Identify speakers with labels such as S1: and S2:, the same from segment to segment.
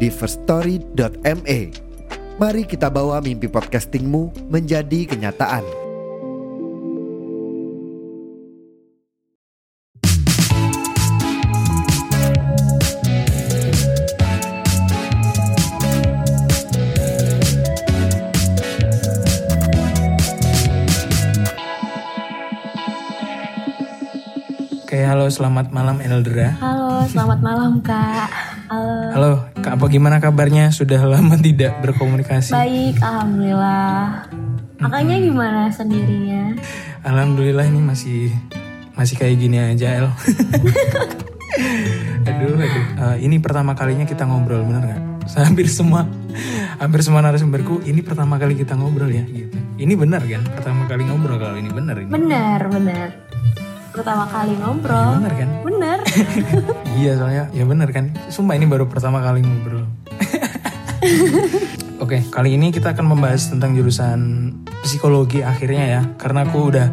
S1: di firststory.me. Mari kita bawa mimpi podcastingmu menjadi kenyataan.
S2: Oke, halo, selamat malam Eldra.
S3: Halo, selamat malam Kak. Halo.
S2: Halo, Kak, apa gimana kabarnya? Sudah lama tidak berkomunikasi.
S3: Baik, alhamdulillah. Kakaknya gimana sendirinya?
S2: Alhamdulillah ini masih masih kayak gini aja, El. aduh, aduh. Eh, ini pertama kalinya kita ngobrol, bener nggak? Hampir semua, hampir semua narasumberku ini pertama kali kita ngobrol ya. Gitu. Ini benar kan? Pertama kali ngobrol kalau ini benar ini.
S3: Bener, bener. Pertama kali ngobrol.
S2: Benar kan?
S3: Bener.
S2: Iya soalnya ya bener kan Sumpah ini baru pertama kali ngobrol Oke kali ini kita akan membahas tentang jurusan psikologi akhirnya ya Karena aku udah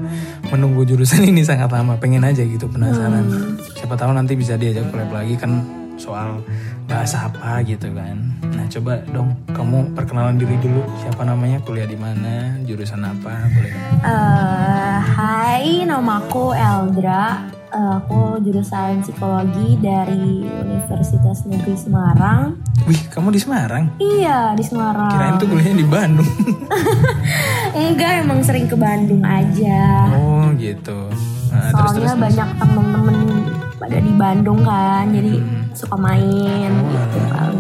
S2: menunggu jurusan ini sangat lama Pengen aja gitu penasaran
S3: Hmm.
S2: Siapa tahu nanti bisa diajak collab lagi kan soal bahasa apa gitu kan Nah coba dong kamu perkenalan diri dulu Siapa namanya kuliah di mana jurusan apa boleh
S3: Eh, hai, nama aku Eldra. Eh, aku jurusan psikologi dari Universitas Negeri Semarang.
S2: Wih kamu di Semarang
S3: Iya, di Semarang. Eh,
S2: Kirain tuh kuliahnya di Bandung
S3: Enggak, emang sering ke Bandung aja.
S2: Oh gitu Nah, terus terus
S3: Soalnya banyak temen-temen pada di Bandung kan, jadi
S2: Hmm.
S3: suka main gitu kan.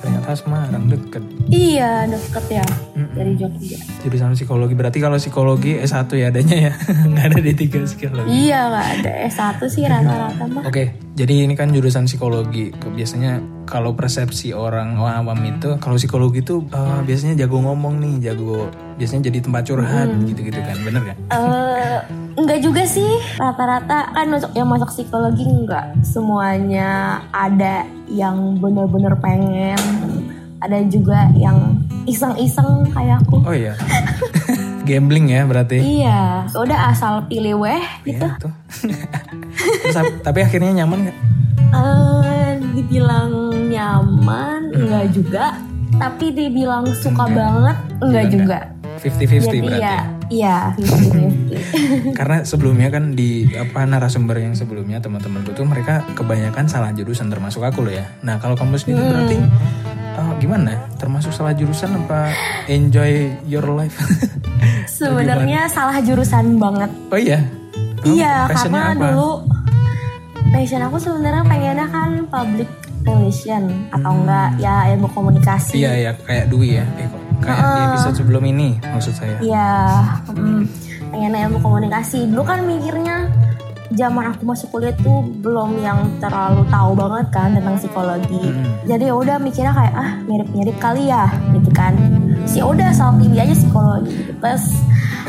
S2: ternyata Semarang deket
S3: Iya, deket ya
S2: Hmm.
S3: dari Jogja.
S2: jurusan psikologi berarti kalau psikologi S1 ya adanya ya nggak ada D3 psikologi
S3: Iya, nggak ada S1 sih rata-rata mah.
S2: oke jadi ini kan jurusan psikologi Ke- biasanya kalau persepsi orang awam itu kalau psikologi itu eh, biasanya jago ngomong nih jago biasanya jadi tempat curhat gitu-gitu kan bener kan
S3: Eh, enggak juga sih rata-rata kan masuk yang masuk psikologi enggak semuanya ada yang bener-bener pengen ada juga yang iseng-iseng kayak aku
S2: oh iya gambling ya berarti
S3: iya udah asal pilih weh gitu
S2: ya tuh Terus ap- tapi akhirnya nyaman nggak
S3: Eh, dibilang
S2: Hmm.
S3: nyaman enggak juga tapi dibilang suka banget enggak juga
S2: 50-50
S3: jadi
S2: berarti
S3: ya iya 50-50.
S2: Karena sebelumnya kan di apa narasumber yang sebelumnya teman-temanku tuh mereka kebanyakan salah jurusan termasuk aku loh ya. Nah kalau kamu sendiri
S3: Hmm.
S2: berarti eh, gimana? Termasuk salah jurusan apa enjoy your life?
S3: sebenarnya salah jurusan banget
S2: oh iya. Kamu
S3: iya
S2: passionnya
S3: karena
S2: apa?
S3: dulu passion aku sebenarnya pengennya kan public relation atau enggak ya ilmu komunikasi
S2: Iya ya kayak Dwi ya. Eh, kok kayak di episode sebelum ini maksud saya.
S3: Iya, mm, pengen ilmu komunikasi. Dulu kan mikirnya zaman aku masuk kuliah tuh belum yang terlalu tahu banget kan tentang psikologi. Jadi ya udah mikirnya kayak ah mirip-mirip kali ya gitu kan. Si udah asal pilih aja psikologi. Pas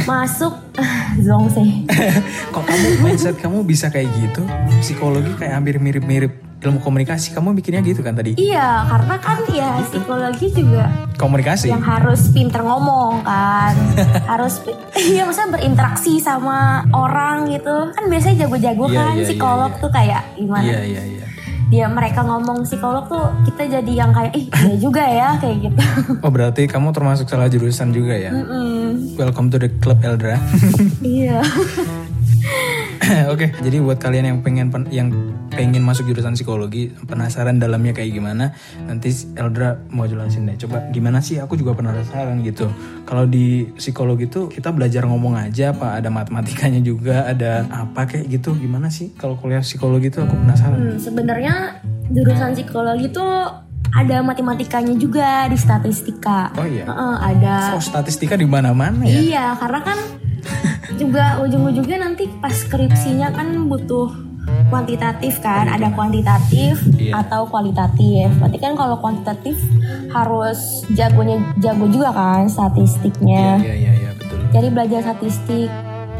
S3: masuk zong sih.
S2: Kok kamu mindset kamu bisa kayak gitu? Psikologi kayak hampir mirip-mirip ilmu komunikasi. Kamu bikinnya gitu kan tadi?
S3: Iya, karena kan ya psikologi juga
S2: Komunikasi. Iya,
S3: yang harus pinter ngomong kan harus pi- iya maksudnya berinteraksi sama orang gitu kan biasanya jago-jago
S2: Iya,
S3: kan
S2: iya, iya,
S3: psikolog
S2: iya.
S3: tuh kayak gimana
S2: Iya iya iya.
S3: dia mereka ngomong psikolog tuh kita jadi yang kayak ih iya juga ya kayak gitu
S2: Oh berarti kamu termasuk salah jurusan juga ya?
S3: Mm,
S2: Welcome to the club Eldra.
S3: iya
S2: Oke, jadi buat kalian yang pengen pen- yang pengen masuk jurusan psikologi, penasaran dalamnya kayak gimana, nanti Eldra mau jelasin deh. Coba gimana sih? Aku juga penasaran gitu. Kalau di psikologi tuh kita belajar ngomong aja apa ada matematikanya juga, ada apa kayak gitu. Gimana sih kalau kuliah psikologi tuh aku penasaran.
S3: Hmm, sebenarnya jurusan psikologi tuh ada matematikanya juga di statistika
S2: Oh iya.
S3: Heeh, ada
S2: Oh, statistika di mana-mana ya?
S3: Iya, karena kan juga ujung-ujungnya nanti pas skripsinya kan butuh kuantitatif kan ada kuantitatif
S2: Iya.
S3: atau kualitatif berarti kan kalau kuantitatif harus jagonya jago juga kan
S2: Iya
S3: statistiknya
S2: iya iya iya, betul.
S3: jadi belajar statistik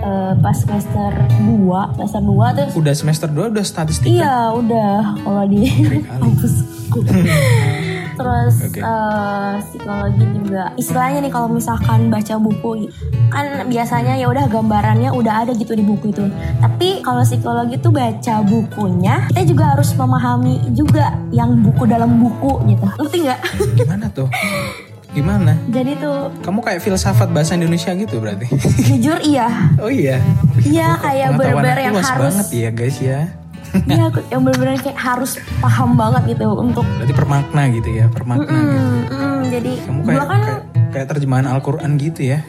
S3: eh, pas semester 2 semester 2 terus
S2: Udah semester 2 udah statistik kan?
S3: Iya udah kalau di kampusku. Terus
S2: Oke.
S3: eh, psikologi juga istilahnya nih kalau misalkan baca buku kan biasanya ya udah gambarannya udah ada gitu di buku itu. Tapi kalau psikologi tuh baca bukunya kita juga harus memahami juga yang buku dalam buku gitu. Ngerti nggak?
S2: Gimana tuh? Gimana?
S3: Jadi tuh
S2: Kamu kayak filsafat bahasa Indonesia gitu berarti?
S3: jujur iya,
S2: Oh iya.
S3: iya
S2: Pengetahuan
S3: kayak bener-bener
S2: aku
S3: yang
S2: luas
S3: harus,
S2: banget ya guys ya.
S3: iya aku- yang bener-bener kayak harus paham banget gitu untuk.
S2: Berarti permakna gitu ya, permakna. gitu.
S3: Mm, mm, jadi
S2: Kamu
S3: dulu
S2: kayak,
S3: kan
S2: kayak kayak terjemahan Al-Qur'an gitu ya.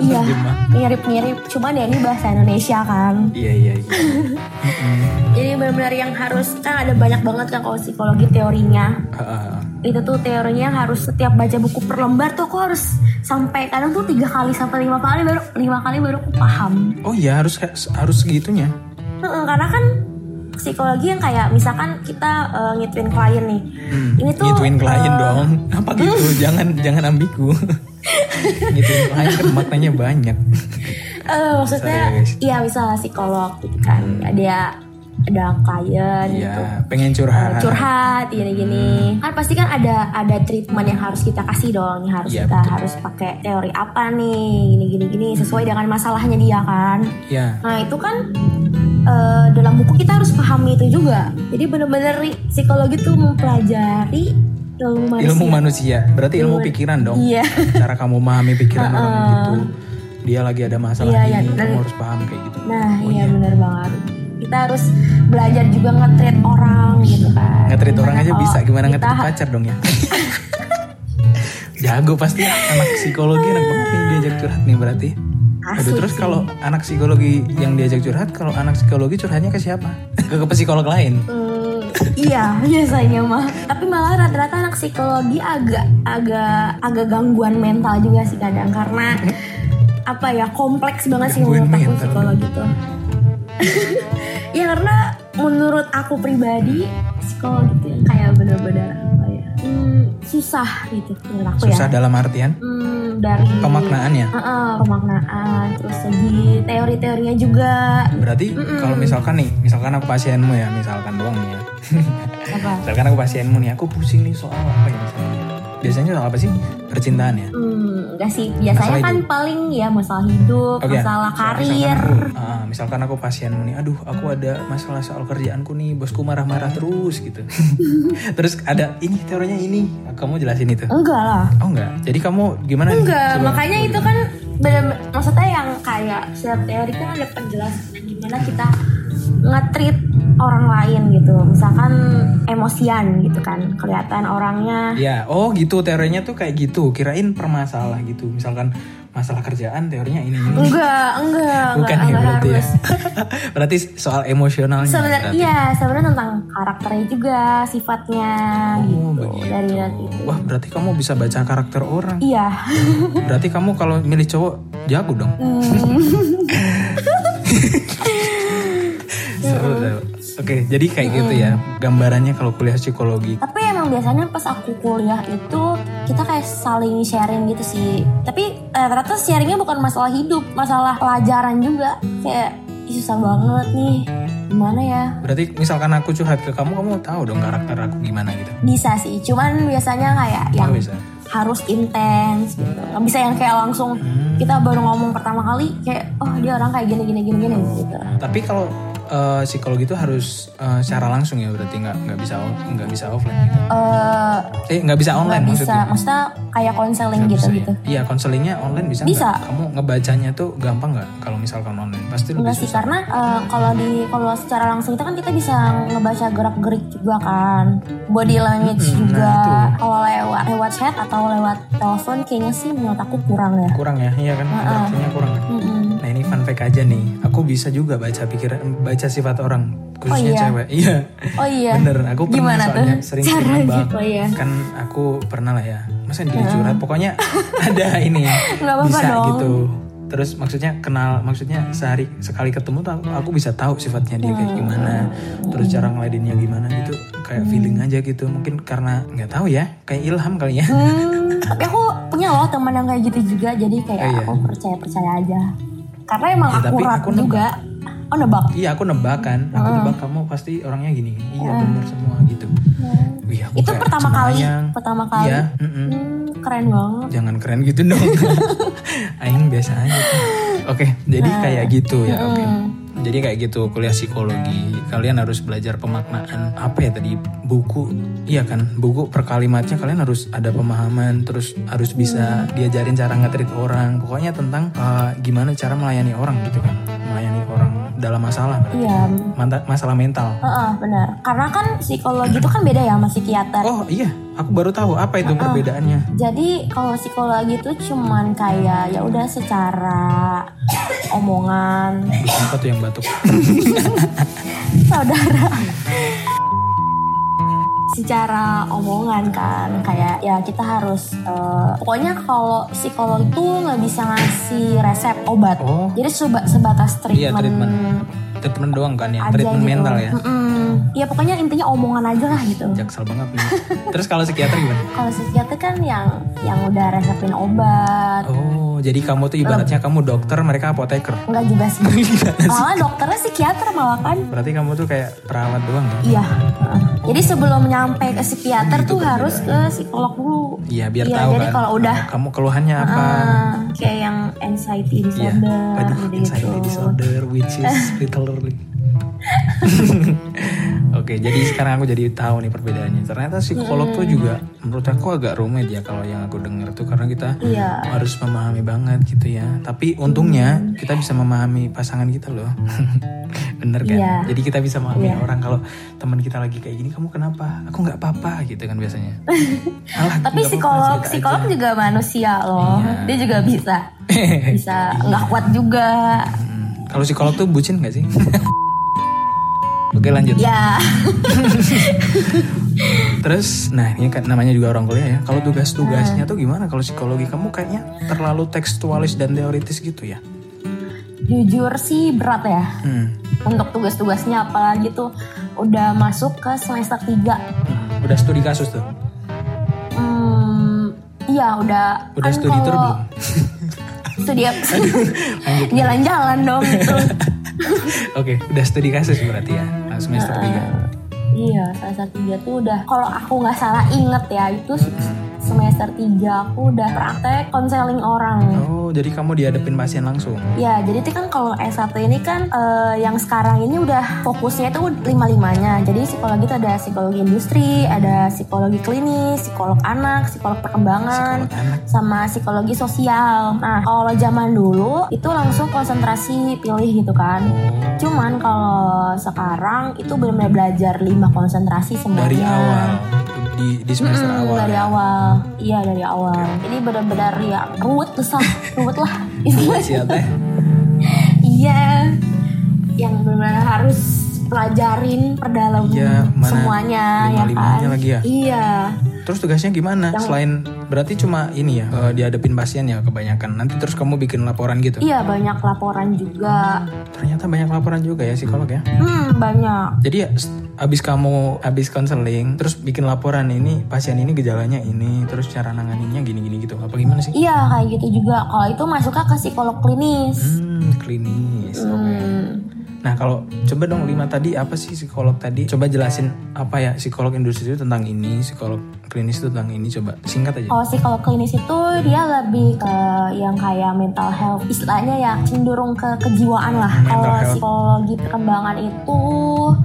S3: Iya,
S2: Penerjemah.
S3: mirip-mirip. Cuman ya ini bahasa Indonesia kan.
S2: Iya iya iya.
S3: Jadi benar-benar yang harus kan ada banyak banget kan kalau psikologi teorinya.
S2: Ah, ah, ah.
S3: Itu tuh teorinya yang harus setiap baca buku per lembar tuh aku harus sampai kadang tuh tiga kali sampai lima kali baru lima kali baru aku paham.
S2: Oh iya harus kayak- harus segitunya.
S3: Heeh, karena kan psikologi yang kayak misalkan kita eh, ngituin klien nih.
S2: Hmm,
S3: Ini tuh
S2: ngituin klien
S3: eh,
S2: dong. Apa gitu? jangan jangan ambigu. ngituin klien kan maknanya banyak.
S3: Eh, maksudnya
S2: Sorry, guys.
S3: iya misalnya psikolog gitu kan. Ada ada klien
S2: Hmm.
S3: gitu.
S2: Iya, pengen
S3: Eh,
S2: curhat. Hmm.
S3: curhat gini-gini kan pasti kan ada ada treatment yang harus kita kasih dong yang harus
S2: Iya,
S3: kita
S2: betul. Hmm.
S3: harus pakai teori apa nih gini-gini gini sesuai dengan masalahnya dia kan
S2: Iya.
S3: nah itu kan eh, dalam buku kita harus pahami itu juga jadi bener-bener ri- psikologi tuh mempelajari ilmu manusia
S2: Ilmu manusia, berarti ilmu
S3: Ilmu-
S2: pikiran dong.
S3: iya
S2: Cara kamu memahami pikiran
S3: Heeh.
S2: orang itu. Dia lagi ada masalah
S3: Iya, iya,
S2: ini, kamu
S3: dan-
S2: harus paham kayak gitu.
S3: nah
S2: Oh, iya.
S3: iya bener banget kita harus belajar juga nge-treat orang gitu kan
S2: Nge-treat orang aja
S3: Gimana
S2: bisa,
S3: kalau
S2: gimana nge-treat
S3: kita-
S2: pacar dong ya? Jago pasti anak psikologi enak banget nih diajak curhat nih berarti. Aduh,
S3: Asik
S2: terus
S3: sih.
S2: kalau anak psikologi yang diajak curhat, kalau anak psikologi curhatnya ke siapa? Ke, ke psikolog lain.
S3: Hmm, iya biasanya mah tapi malah rata-rata anak psikologi agak agak agak gangguan mental juga sih kadang karena apa ya kompleks banget sih
S2: Gangguan
S3: menurut aku
S2: mental.
S3: psikologi tuh ya karena menurut aku pribadi psikologi tuh yang kayak bener-bener apa ya hmm, susah gitu menurut aku
S2: Susah
S3: ya
S2: dalam artian
S3: Hmm, dari
S2: pemaknaannya.
S3: Heeh, pemaknaan terus segi teori-teorinya juga
S2: Berarti
S3: Mm-mm.
S2: kalau misalkan nih, misalkan aku pasienmu ya, misalkan doang nih ya.
S3: apa
S2: misalkan aku pasienmu nih, aku pusing nih soal apa ya misalnya. Biasanya soal apa sih? Percintaan ya.
S3: Hmm, enggak sih. Biasanya
S2: Masalah
S3: kan paling ya masalah hidup,
S2: Oke.
S3: masalah karir.
S2: Misalkan aku, ah, misalkan aku pasienmu nih, aduh aku ada masalah soal kerjaanku nih, bosku marah-marah terus gitu. terus ada ini teorinya ini, kamu jelasin itu.
S3: Enggak lah.
S2: Oh enggak, jadi kamu gimana? nih?
S3: Enggak,
S2: Coba.
S3: makanya itu kan benar maksudnya yang kayak setiap teori kan ada penjelasan gimana kita nge-treat orang lain gitu. Misalkan emosian gitu kan. Kelihatan orangnya
S2: Ya, oh gitu teorinya tuh kayak gitu. Kirain permasalah gitu. Misalkan masalah kerjaan teorinya ini. ini.
S3: enggak, enggak,
S2: Iya. Bukan
S3: enggak,
S2: ya
S3: enggak
S2: berarti ya.
S3: harus.
S2: berarti soal emosionalnya.
S3: Sebenarnya
S2: berarti.
S3: iya, sebenarnya tentang karakternya juga, sifatnya
S2: Oh,
S3: gitu.
S2: begitu.
S3: Dari dari itu.
S2: Wah, berarti kamu bisa baca karakter orang.
S3: Iya.
S2: Berarti kamu kalau milih cowok jago dong.
S3: Hmm.
S2: Seru,
S3: Ya.
S2: seru. Oke, jadi kayak gitu ya. Gambarannya kalau kuliah psikologi.
S3: tapi emang biasanya pas aku kuliah itu kita kayak saling sharing gitu sih tapi eh, ternyata sharingnya bukan masalah hidup masalah pelajaran juga kayak "Ih, susah banget nih gimana ya
S2: Berarti misalkan aku curhat ke kamu, kamu tahu dong karakter aku gimana gitu.
S3: bisa sih cuman biasanya kayak yang
S2: Kamu Oh, bisa.
S3: harus intens gitu nggak bisa yang kayak langsung
S2: Hmm.
S3: kita baru ngomong pertama kali kayak oh dia orang kayak gini gini gini gini
S2: Oh.
S3: gitu
S2: Tapi kalau eh, psikologi itu harus eh, secara langsung ya berarti nggak nggak bisa off- nggak bisa offline gitu.
S3: Eh,
S2: Eh nggak bisa
S3: nggak
S2: online
S3: bisa
S2: maksudnya.
S3: maksudnya kayak konseling
S2: Nggak
S3: gitu
S2: bisa ya?
S3: gitu
S2: Iya konselingnya online bisa. nggak?
S3: Bisa.
S2: Kamu ngebacanya tuh gampang nggak kalau misalkan online? Pasti lebih
S3: Enggak sih
S2: susah.
S3: karena eh, kalau di kalau secara langsung itu kan kita bisa ngebaca gerak gerik juga kan body language
S2: Mm-mm, nah
S3: juga
S2: itu.
S3: kalau lewat lewat chat atau lewat telepon kayaknya sih menurut aku kurang ya
S2: Kurang ya, iya kan? Interaksinya kurang. kan?
S3: Mm-mm.
S2: Nah ini fun fact aja nih, aku bisa juga baca pikiran, baca sifat orang, khususnya
S3: iya?
S2: cewek. Iya,
S3: oh iya
S2: bener. Aku pernah
S3: Gimana
S2: soalnya
S3: tuh
S2: sering
S3: cara
S2: nembak.
S3: gitu, iya.
S2: Kan aku pernah lah ya, masa dia curhat. Pokoknya ada ini ya,
S3: Nggak apa-apa
S2: bisa
S3: dong.
S2: gitu. terus maksudnya kenal maksudnya sehari sekali ketemu tuh aku, aku bisa tahu sifatnya dia
S3: Hmm.
S2: kayak gimana terus cara ngeladeninnya gimana gitu kayak feeling aja gitu mungkin karena nggak tahu ya kayak ilham kali ya
S3: Hmm, tapi aku punya loh teman yang kayak gitu juga, jadi kayak
S2: Eh, iya.
S3: aku percaya percaya aja. Karena emang
S2: Ya, tapi
S3: akurat
S2: aku nebak.
S3: juga. Oh nebak.
S2: iya aku nebak kan aku
S3: Hmm.
S2: nebak kamu pasti orangnya gini iya bener semua gitu Wih, aku
S3: Hmm. Itu
S2: kayak
S3: pertama kali,
S2: semayang.
S3: pertama kali.
S2: iya mm-mm.
S3: Hmm, keren banget.
S2: jangan keren gitu dong aing biasa aja tuh. oke jadi kayak gitu ya oke jadi kayak gitu kuliah psikologi kalian harus belajar pemaknaan apa ya tadi buku iya kan buku per kalimatnya kalian harus ada pemahaman terus harus bisa diajarin cara nge-treat orang pokoknya tentang eh, gimana cara melayani orang gitu kan melayani orang dalam masalah berarti.
S3: Iya.
S2: Manta- masalah mental
S3: Heeh, benar. Karena kan psikologi itu kan beda ya sama psikiater.
S2: oh iya aku baru tahu apa itu perbedaannya
S3: Jadi kalau psikologi itu cuman kayak ya udah secara omongan
S2: apa tuh yang batuk
S3: saudara secara omongan kan kayak ya kita harus eh, pokoknya kalau psikolog itu nggak bisa ngasih resep obat
S2: Oh.
S3: jadi seba- sebatas
S2: Iya
S3: treatment,
S2: treatment Treatment doang kan ya
S3: aja
S2: Treatment
S3: gitu.
S2: mental ya
S3: Mm-mm. ya pokoknya intinya omongan aja lah gitu
S2: Jaksel banget nih Terus kalau psikiater gimana?
S3: kalau psikiater kan yang yang udah resepin obat
S2: Oh jadi kamu tuh ibaratnya kamu dokter mereka apoteker
S3: nggak juga sih malah dokternya psikiater malah kan
S2: Berarti kamu tuh kayak perawat doang kan?
S3: Iya. heeh. Jadi sebelum nyampe ke psikiater tuh harus ke psikolog dulu.
S2: Iya biar tahu
S3: Jadi
S2: kan
S3: kalau udah
S2: Kamu keluhannya apa?
S3: eh, kayak yang anxiety
S2: Iya
S3: disorder, gitu.
S2: Waduh
S3: gitu-gitu.
S2: anxiety disorder Which is literally Oke, jadi sekarang aku jadi tahu nih perbedaannya. Ternyata psikolog tuh juga menurut aku agak rumit ya kalau yang aku dengar tuh karena kita
S3: Iya.
S2: harus memahami banget gitu ya. Tapi untungnya kita bisa memahami pasangan kita loh. Bener kan?
S3: Iya.
S2: Jadi kita bisa memahami orang kalau teman kita lagi kayak gini, kamu kenapa? Aku nggak apa-apa gitu kan biasanya. Alah,
S3: Tapi
S2: nggak apa-apa,
S3: psikolog
S2: cerita
S3: psikolog
S2: Iya, aja.
S3: juga manusia loh.
S2: Iya.
S3: Dia juga bisa bisa nggak kuat juga.
S2: Hmm, Kalau psikolog tuh bucin nggak sih? Oke lanjut.
S3: Ya.
S2: Terus, nah ini kan namanya juga orang kuliah ya. Kalau tugas-tugasnya tuh gimana? Kalau psikologi kamu kayaknya terlalu tekstualis dan teoritis gitu ya.
S3: Jujur sih berat ya.
S2: Hmm.
S3: Untuk tugas-tugasnya apalagi tuh udah masuk ke semester 3.
S2: Hmm. Udah studi kasus tuh.
S3: Hmm, iya udah
S2: Udah
S3: kan
S2: studi tour
S3: kalau-
S2: belum?
S3: studi apa? Jalan-jalan dong gitu. itu.
S2: Oke, udah studi kasus berarti ya. Nah, semester 3.
S3: Iya, semester 3 tuh udah kalau aku nggak salah inget ya itu se- semester 3 aku udah praktek konseling orang.
S2: Oh, jadi kamu dihadapin pasien langsung.
S3: Ya, jadi itu kan kalau S1 ini kan eh, yang sekarang ini udah fokusnya itu lima-limanya. Jadi psikologi itu ada psikologi industri, ada psikologi klinis, psikolog anak, psikolog perkembangan,
S2: Psikolog anak.
S3: sama psikologi sosial. Nah, kalau zaman dulu itu langsung konsentrasi pilih gitu kan.
S2: Oh,
S3: Cuman kalau sekarang itu benar-benar belajar lima konsentrasi
S2: Oh,
S3: semuanya.
S2: dari awal di di semester
S3: Hmm,
S2: awal.
S3: dari
S2: ya.
S3: awal. Iya, dari awal. Ini benar-benar ya ruwet besar, ruwet lah.
S2: Buat siapa teh?
S3: iya. Yang benar-benar harus pelajarin perdalam
S2: Iya, mana
S3: semuanya ya kan.
S2: lima-limanya lagi ya?
S3: Iya.
S2: Terus tugasnya gimana? Selain berarti cuma ini ya, eh, dihadapin pasien ya kebanyakan. Nanti terus kamu bikin laporan gitu.
S3: Iya, banyak laporan juga.
S2: Ternyata banyak laporan juga ya psikolog ya.
S3: Hmm, banyak.
S2: Jadi ya, s- abis kamu abis konseling, terus bikin laporan ini pasien ini gejalanya ini, terus cara nanganinnya gini-gini gitu. Apa gimana sih?
S3: Iya, kayak gitu juga. Kalau itu masuknya ke psikolog klinis.
S2: Hmm, klinis.
S3: Hmm.
S2: Nah kalau coba dong lima tadi apa sih psikolog tadi? Coba jelasin apa ya psikolog industri itu tentang ini, psikolog klinis itu tentang ini. Coba singkat aja.
S3: Kalau psikolog klinis itu dia lebih ke yang kayak mental health, istilahnya ya cenderung ke kejiwaan lah.
S2: Mental
S3: Kalau
S2: health.
S3: psikologi perkembangan itu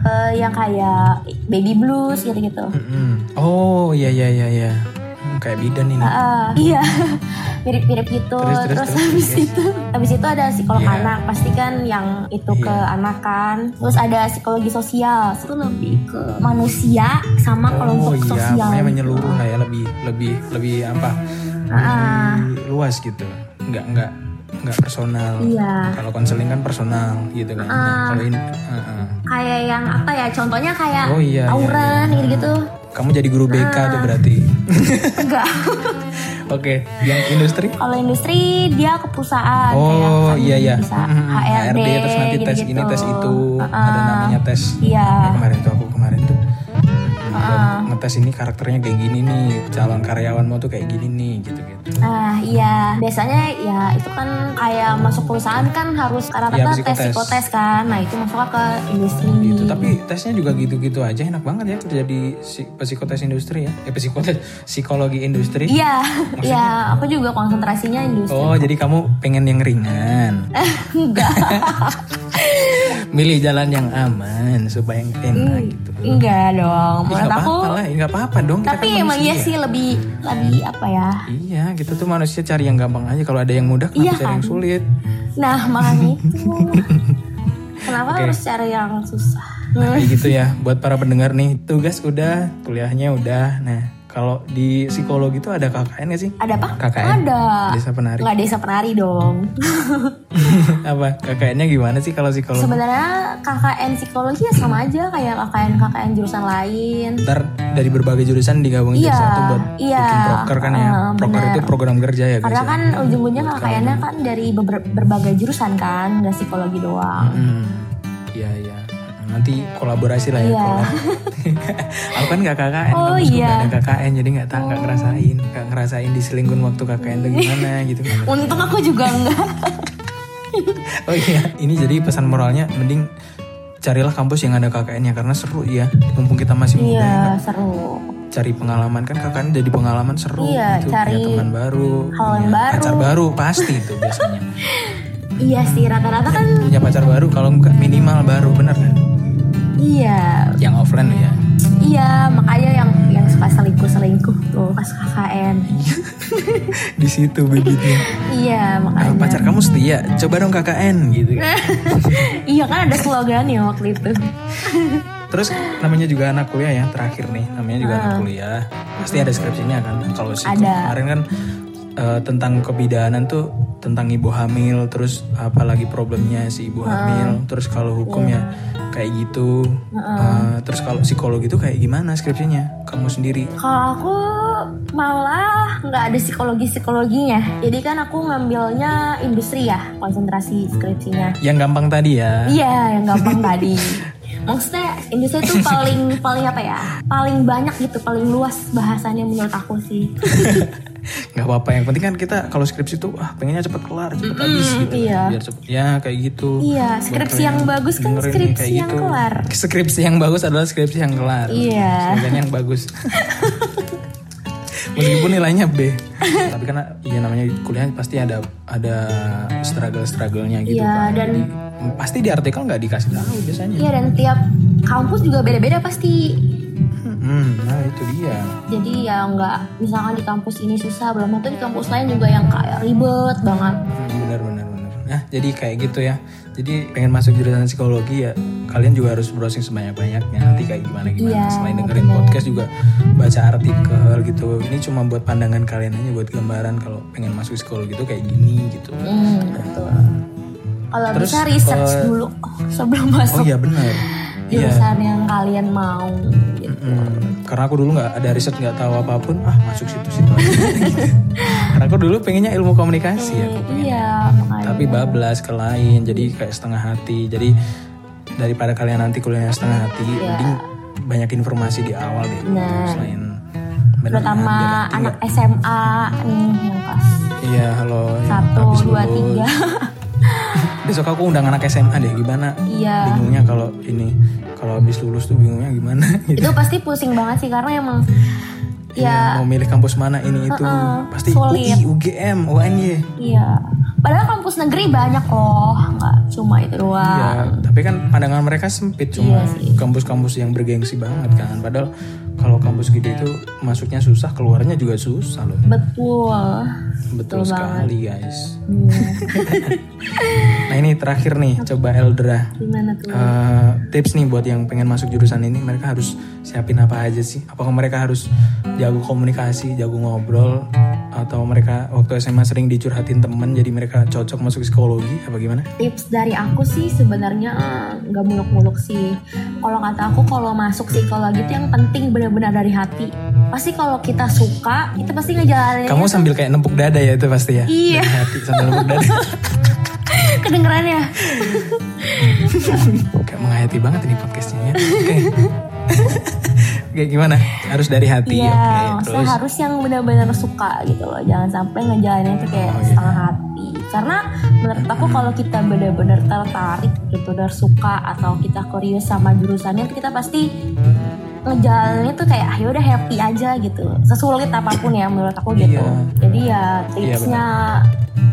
S3: eh, yang kayak baby blues gitu-gitu.
S2: Mm-mm. Oh iya iya iya iya. Hmm, kayak bidan ini.
S3: Eh, iya, mirip-mirip gitu.
S2: Terus,
S3: Terus,
S2: terus, terus,
S3: habis
S2: yes.
S3: itu, habis itu ada psikolog
S2: Iya.
S3: anak, pasti kan yang itu ke
S2: Iya.
S3: anak kan. Terus ada psikologi sosial, itu lebih ke manusia sama
S2: oh
S3: kelompok
S2: iya,
S3: sosial.
S2: pokoknya menyeluruh lah ya lebih lebih lebih apa?
S3: Ah.
S2: Lebih luas gitu. Enggak enggak enggak personal.
S3: Iya.
S2: Kalau konseling kan personal gitu kan. Nah, kalau ini ah, ah.
S3: Kayak yang apa ya? Contohnya kayak
S2: Oh, iya, iya,
S3: auran gitu-gitu. Ah.
S2: kamu jadi guru BK tuh berarti.
S3: Enggak.
S2: Oke, yang industri?
S3: Kalau industri dia ke perusahaan kayak
S2: Oh
S3: kan
S2: iya iya.
S3: bisa
S2: Mm,
S3: HRD,
S2: terus nanti tes
S3: gitu-gitu.
S2: ini tes itu
S3: Heeh.
S2: ada namanya tes.
S3: Iya.
S2: Nah, kemarin tuh aku kemarin tuh mm, ngetes ini karakternya kayak gini nih, calon karyawanmu tuh kayak gini nih gitu-gitu.
S3: Ah iya, biasanya ya itu kan kayak masuk perusahaan kan harus karena
S2: Iya,
S3: rata tes
S2: psikotes.
S3: psikotes kan. Nah, itu masuknya ke industri.
S2: Gitu. Tapi tesnya juga gitu-gitu aja enak banget ya kerja di psi- psikotes industri ya. Eh psikotes psikologi industri.
S3: Iya, iya, aku juga konsentrasinya industri.
S2: Oh, jadi kamu pengen yang ringan.
S3: Eh. Enggak,
S2: Milih jalan yang aman supaya yang enak gitu.
S3: enggak dong.
S2: Ih,
S3: Menurut
S2: nggak
S3: Hmm. Iya, aku,
S2: apa-apa lah, nggak apa-apa dong. kita
S3: tapi
S2: kan
S3: emang iya
S2: manusia.
S3: sih lebih lebih apa ya?
S2: Iya, kita tuh manusia cari yang gampang aja. Kalau ada yang mudah, kenapa
S3: Iya
S2: cari yang
S3: kan?
S2: sulit?
S3: Nah, makanya itu. Kenapa harus cari yang susah?
S2: Kayak gitu ya. Buat para pendengar nih, tugas udah, kuliahnya udah. Nah, kalau di psikologi tuh ada KKN gak sih?
S3: Ada apa?
S2: KKN.
S3: Ada.
S2: Desa penari.
S3: Enggak desa penari dong.
S2: apa? KKN-nya gimana sih kalau psikologi?
S3: Sebenarnya KKN psikologi ya sama aja kayak KKN KKN jurusan lain.
S2: Ntar dari berbagai jurusan digabungin
S3: Iya,
S2: jadi satu buat
S3: iya.
S2: bikin proker kan ya.
S3: Ah,
S2: proker
S3: bener.
S2: itu program kerja ya guys.
S3: Karena
S2: ya?
S3: kan ujung-ujungnya KKN-nya kan dari beber- berbagai jurusan kan, nggak psikologi doang.
S2: Hmm, iya iya. Nanti kolaborasi lah ya.
S3: Iya.
S2: kolab. aku kan gak KKN,
S3: Oh,
S2: kampusku
S3: iya. Oh.
S2: nggak ada KKN jadi nggak tak nggak ngerasain, nggak ngerasain diselingkuhin waktu KKN tuh gimana gitu. nggak ngerasain.
S3: Untung aku juga enggak.
S2: Oh iya, ini jadi pesan moralnya mending carilah kampus yang ada KKN-nya karena seru ya. Mumpung kita masih muda, ya kan?
S3: Iya, seru.
S2: cari pengalaman kan KKN jadi pengalaman seru
S3: Iya,
S2: gitu.
S3: cari
S2: punya teman baru,
S3: hal yang
S2: punya
S3: baru.
S2: pacar baru pasti itu biasanya.
S3: Iya sih, rata-rata kan
S2: punya pacar baru kalau nggak minimal baru bener kan?
S3: iya.
S2: Yang offline ya.
S3: Iya, makanya yang yang suka selingkuh-selingkuh tuh pas KKN.
S2: Di situ bibitnya. Ah,
S3: Iya, makanya.
S2: pacar kamu setia, coba dong KKN gitu. kan.
S3: iya kan ada slogannya waktu itu.
S2: Terus namanya juga anak kuliah ya, terakhir nih namanya juga anak kuliah. Pasti ada skripsinya kan. Kalau sih
S3: Ada.
S2: kemarin kan eh, tentang kebidanan tuh tentang ibu hamil, terus apalagi problemnya si ibu hamil, terus kalau hukum ya kayak gitu. Eh, terus kalau psikologi tuh kayak gimana skripsinya? Kamu sendiri.
S3: Kalau aku malah nggak ada psikologi-psikologinya. Jadi kan aku ngambilnya industri ya, konsentrasi skripsinya.
S2: Yang gampang tadi ya.
S3: Iya, yang gampang tadi. Maksudnya industri itu paling paling apa ya? Paling banyak gitu, paling luas bahasannya menurut aku sih.
S2: nggak apa-apa yang penting kan kita kalau skripsi tuh ah pengennya cepet kelar cepet habis gitu kan.
S3: iya.
S2: biar cepet ya kayak gitu
S3: Iya,
S2: Buat
S3: skripsi
S2: kalian
S3: yang bagus kan
S2: dengerin nih,
S3: skripsi
S2: kayak gitu.
S3: yang kelar.
S2: skripsi yang bagus adalah skripsi yang kelar
S3: Iya.
S2: Slogan yang bagus meskipun nilainya B tapi karena iya namanya kuliah pasti ada ada struggle strugglenya gitu
S3: Iya,
S2: kan
S3: dan-
S2: Jadi, pasti di artikel nggak dikasih tahu biasanya
S3: Iya dan tiap kampus juga beda-beda pasti.
S2: Hmm, nah itu dia
S3: Jadi ya nggak misalkan di kampus ini susah, belum tentu di kampus lain juga yang kayak ribet banget.
S2: Hmm, benar benar benar nah jadi kayak gitu ya jadi pengen masuk jurusan psikologi ya kalian juga harus browsing sebanyak banyaknya nanti kayak gimana gimana
S3: Iya,
S2: selain dengerin
S3: benar.
S2: podcast juga baca artikel gitu ini cuma buat pandangan kalian aja buat gambaran kalau pengen masuk psikologi itu kayak gini gitu
S3: Hmm, betul. Kalau
S2: Terus,
S3: bisa research
S2: eh,
S3: dulu sebelum
S2: oh
S3: masuk
S2: iya benar iya
S3: jurusan yang kalian mau. gitu.
S2: Mm, karena aku dulu nggak ada riset nggak tahu apapun ah masuk situ situ aja gitu. karena aku dulu pengennya ilmu komunikasi ya aku pengen
S3: Iya, makanya.
S2: tapi bablas ke lain jadi kayak setengah hati jadi daripada kalian nanti kuliahnya setengah hati mending banyak informasi di awal deh
S3: Iya. Benar.
S2: selain
S3: terutama anak SMA nih yang pas
S2: iya halo yang
S3: satu
S2: habis
S3: dua
S2: lulus.
S3: tiga
S2: besok aku undang anak SMA deh gimana
S3: iya
S2: bingungnya kalau ini kalau habis lulus tuh bingungnya gimana gitu
S3: itu pasti pusing banget sih karena emang
S2: Iya,
S3: ya
S2: mau milih kampus mana ini itu
S3: Heeh,
S2: pasti
S3: sulit.
S2: UI, UGM, UNY.
S3: iya padahal kampus negeri banyak loh nggak cuma itu doang
S2: Ya, tapi kan pandangan mereka sempit cuma
S3: Ah. Iya sih.
S2: kampus-kampus yang bergengsi banget kan. Padahal kalau kampus gede itu masuknya susah, keluarnya juga susah loh.
S3: betul
S2: Betul, sekali guys.
S3: Iya.
S2: Nah ini terakhir nih, coba Eldra.
S3: gimana tuh
S2: Eh, tips nih buat yang pengen masuk jurusan ini, mereka harus siapin apa aja sih? Apakah mereka harus jago komunikasi, jago ngobrol, eh, atau mereka waktu SMA sering dicurhatin temen jadi mereka cocok masuk psikologi apa gimana?
S3: tips dari aku sih sebenarnya eh, nggak muluk-muluk sih. Kalau kata aku kalau masuk psikologi itu yang penting benar-benar dari hati. Pasti kalau kita suka itu pasti ngejalanin.
S2: Kamu sambil kayak nempuk dada ya itu pasti ya.
S3: Iya.
S2: Dari hati sambil nempuk dada.
S3: kedengeran ya.
S2: kayak menghayati banget ini podcastnya. ya. Oke. kayak gimana? Harus dari hati.
S3: Iya,
S2: oke.
S3: maksudnya
S2: Terus
S3: harus yang benar-benar suka gitu loh. Jangan sampai ngejalanin itu kayak
S2: Oh, iya.
S3: setengah hati. Karena menurut aku kalau kita benar-benar tertarik gitu, dan suka atau kita curious sama jurusannya, itu kita pasti ngejalanin itu kayak ah, yaudah happy aja gitu. Sesulit apapun ya menurut aku gitu.
S2: Iya.
S3: Jadi ya tipsnya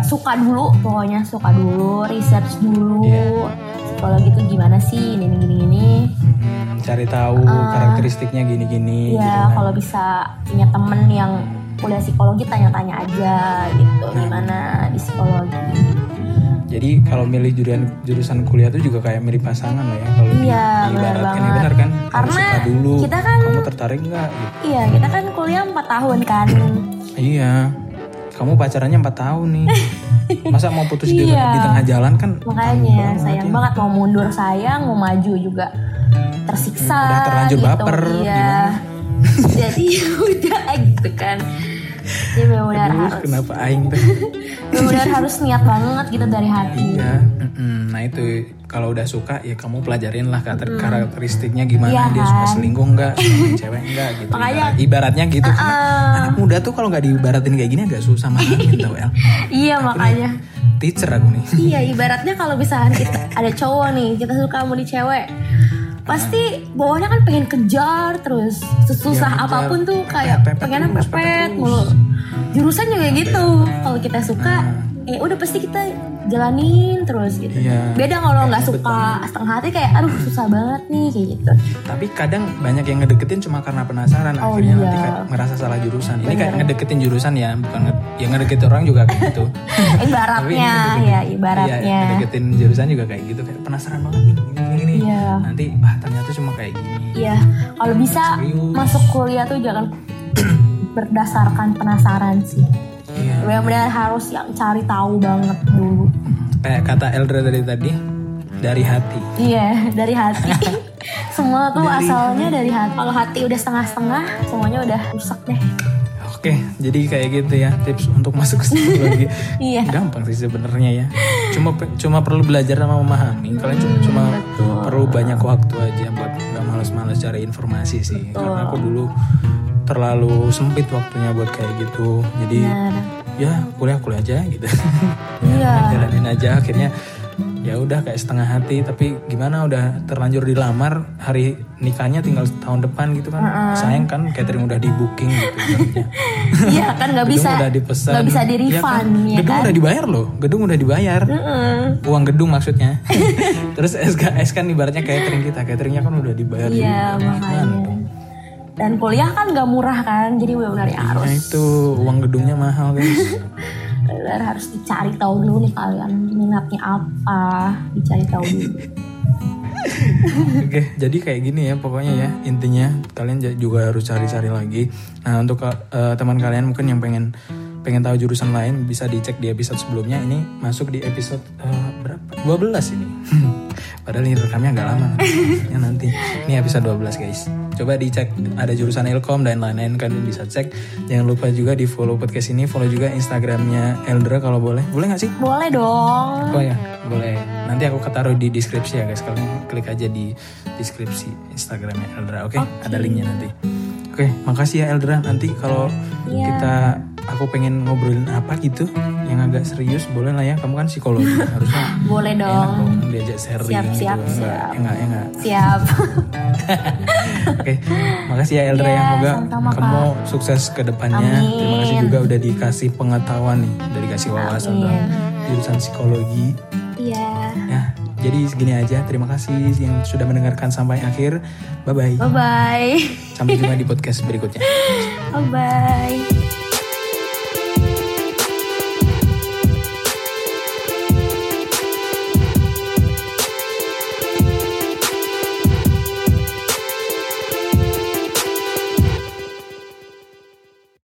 S3: suka dulu, pokoknya suka dulu, research dulu.
S2: Iya.
S3: Kalau gitu gimana sih ini ini ini, ini.
S2: hmm, cari tahu karakteristiknya gini-gini
S3: Eh,
S2: gitu
S3: Iya,
S2: kan.
S3: kalau bisa punya temen yang kuliah psikologi tanya-tanya aja gitu gimana di psikologi.
S2: Jadi kalau milih jurusan jurusan kuliah tuh juga kayak milih pasangan lah ya kalau di-
S3: Iya, benar
S2: diibaratkan ya
S3: banget.
S2: benar kan? Kamu
S3: Karena
S2: suka dulu.
S3: kita kan-
S2: kamu tertarik nggak? Gitu.
S3: Iya, kita kan kuliah 4 tahun kan.
S2: Iya. Kamu pacarannya 4 tahun nih. Masa mau putus di,
S3: Iya.
S2: di tengah jalan kan?
S3: Makanya
S2: Sayang banget
S3: sayang
S2: ya.
S3: banget mau mundur sayang, mau maju juga tersiksa.
S2: Udah terlanjur
S3: gitu.
S2: baper,
S3: Iya. Jadi ya udah gitu kan. Jadi benar
S2: Aduh,
S3: harus
S2: kenapa aing teh?
S3: benar harus niat banget gitu dari hati.
S2: Iya. Mm-mm. Nah itu kalau udah suka ya kamu pelajarin lah karakter- karakteristiknya gimana
S3: Mm. Iya
S2: dia
S3: kan?
S2: suka selingkuh nggak, sama cewek nggak gitu.
S3: Makanya-
S2: Ibarat- ibaratnya gitu. Karena
S3: Ah,
S2: anak muda tuh kalau nggak diibaratin kayak gini agak susah mahamin tau El.
S3: iya makanya.
S2: Teacher aku nih.
S3: Iya, ibaratnya kalau misalkan kita ada cowok nih, kita suka sama nih cewek. Pasti bawahnya kan pengen kejar terus.
S2: Iya,
S3: Sesusah
S2: kejar.
S3: apapun tuh kayak
S2: Pepet, pepet
S3: pengennya
S2: terus,
S3: pepet
S2: pepet
S3: mulu. Jurusan juga gitu. Kalau kita suka, eh udah pasti kita jalanin terus gitu.
S2: Iya.
S3: Beda kalau nggak suka setengah hati kayak aduh susah banget nih kayak gitu.
S2: tapi kadang banyak yang ngedeketin cuma karena penasaran
S3: Oh,
S2: akhirnya
S3: iya.
S2: nanti kayak ngerasa salah jurusan ini kayak ngedeketin jurusan ya bukan nge- yang ngedeketin orang juga kayak gitu Tapi ini ngedeketin-
S3: Ibaratnya ya,
S2: iya,
S3: ibaratnya.
S2: ngedeketin jurusan juga kayak gitu kayak penasaran banget gini gini, gini.
S3: Iya.
S2: nanti ah ternyata cuma kayak gini
S3: Iya, kalau bisa
S2: Serius.
S3: masuk kuliah tuh jangan berdasarkan penasaran sih.
S2: iya
S3: benar-benar harus yang cari tahu banget dulu
S2: kayak kata Eldra dari tadi dari hati
S3: iya dari hati semua tuh
S2: Dari
S3: asalnya dari hati kalau hati udah setengah-setengah semuanya udah rusak deh
S2: oke jadi kayak gitu ya tips untuk masuk psikologi
S3: iya
S2: gampang sih sebenarnya ya cuma pe- cuma perlu belajar sama memahami kalian cuma, cuma perlu banyak waktu aja buat nggak malas-malas cari informasi sih karena aku dulu terlalu sempit waktunya buat kayak gitu jadi ya kuliah kuliah aja gitu
S3: iya
S2: jalanin aja akhirnya ya udah kayak setengah hati tapi gimana udah terlanjur dilamar hari nikahnya tinggal tahun depan gitu kan sayang kan catering udah di booking gitu kan.
S3: iya kan nggak bisa
S2: udah dipesan
S3: nggak bisa di
S2: Iya kan?
S3: refund ya
S2: gedung
S3: kan
S2: udah dibayar loh gedung udah dibayar
S3: Mm-mm.
S2: uang gedung maksudnya terus SKS kan ibaratnya catering kita cateringnya kan udah dibayar juga.
S3: iya makanya dan kuliah kan nggak murah kan jadi benar-benar ya harus
S2: Nah itu uang gedungnya mahal guys
S3: benar harus dicari tahu dulu nih kalian minatnya apa dicari tahu dulu
S2: Oke, jadi kayak gini ya pokoknya ya intinya kalian ja- juga harus cari-cari lagi. Nah untuk eh, teman kalian mungkin yang pengen pengen tahu jurusan lain bisa dicek di episode sebelumnya. Ini masuk di episode eh, berapa? 12 ini. Padahal ini rekamnya agak lama. ya nanti. Ini episode 12 guys. Coba dicek ada jurusan Ilkom dan lain-lain kalian bisa cek. Jangan lupa juga di follow podcast ini, follow juga Instagramnya Eldra kalau boleh. Boleh nggak sih?
S3: boleh dong
S2: Oh ya, boleh. Nanti aku taruh di deskripsi ya guys. Kalian klik aja di deskripsi Instagramnya Eldra. Oke, ada linknya nanti. Oke, makasih ya Eldra. Nanti kalau
S3: Iya.
S2: kita aku pengen ngobrolin apa gitu yang agak serius boleh lah ya. Kamu kan psikologi harusnya
S3: boleh
S2: enak
S3: dong
S2: dong diajak sharing
S3: Siap,
S2: gitu.
S3: siap,
S2: enggak,
S3: siap.
S2: enggak, enggak.
S3: siap
S2: Oke, makasih ya Eldra
S3: Iya,
S2: ya. Semoga
S3: sama-sama,
S2: kamu sukses ke depannya.
S3: Amin.
S2: Terima kasih juga udah dikasih pengetahuan nih, udah dikasih wawasan
S3: Amin.
S2: tentang jurusan psikologi.
S3: iya
S2: Ya, jadi segini aja. Terima kasih yang sudah mendengarkan sampai akhir. Bye bye.
S3: bye bye
S2: Sampai jumpa di podcast berikutnya.
S3: Bye bye.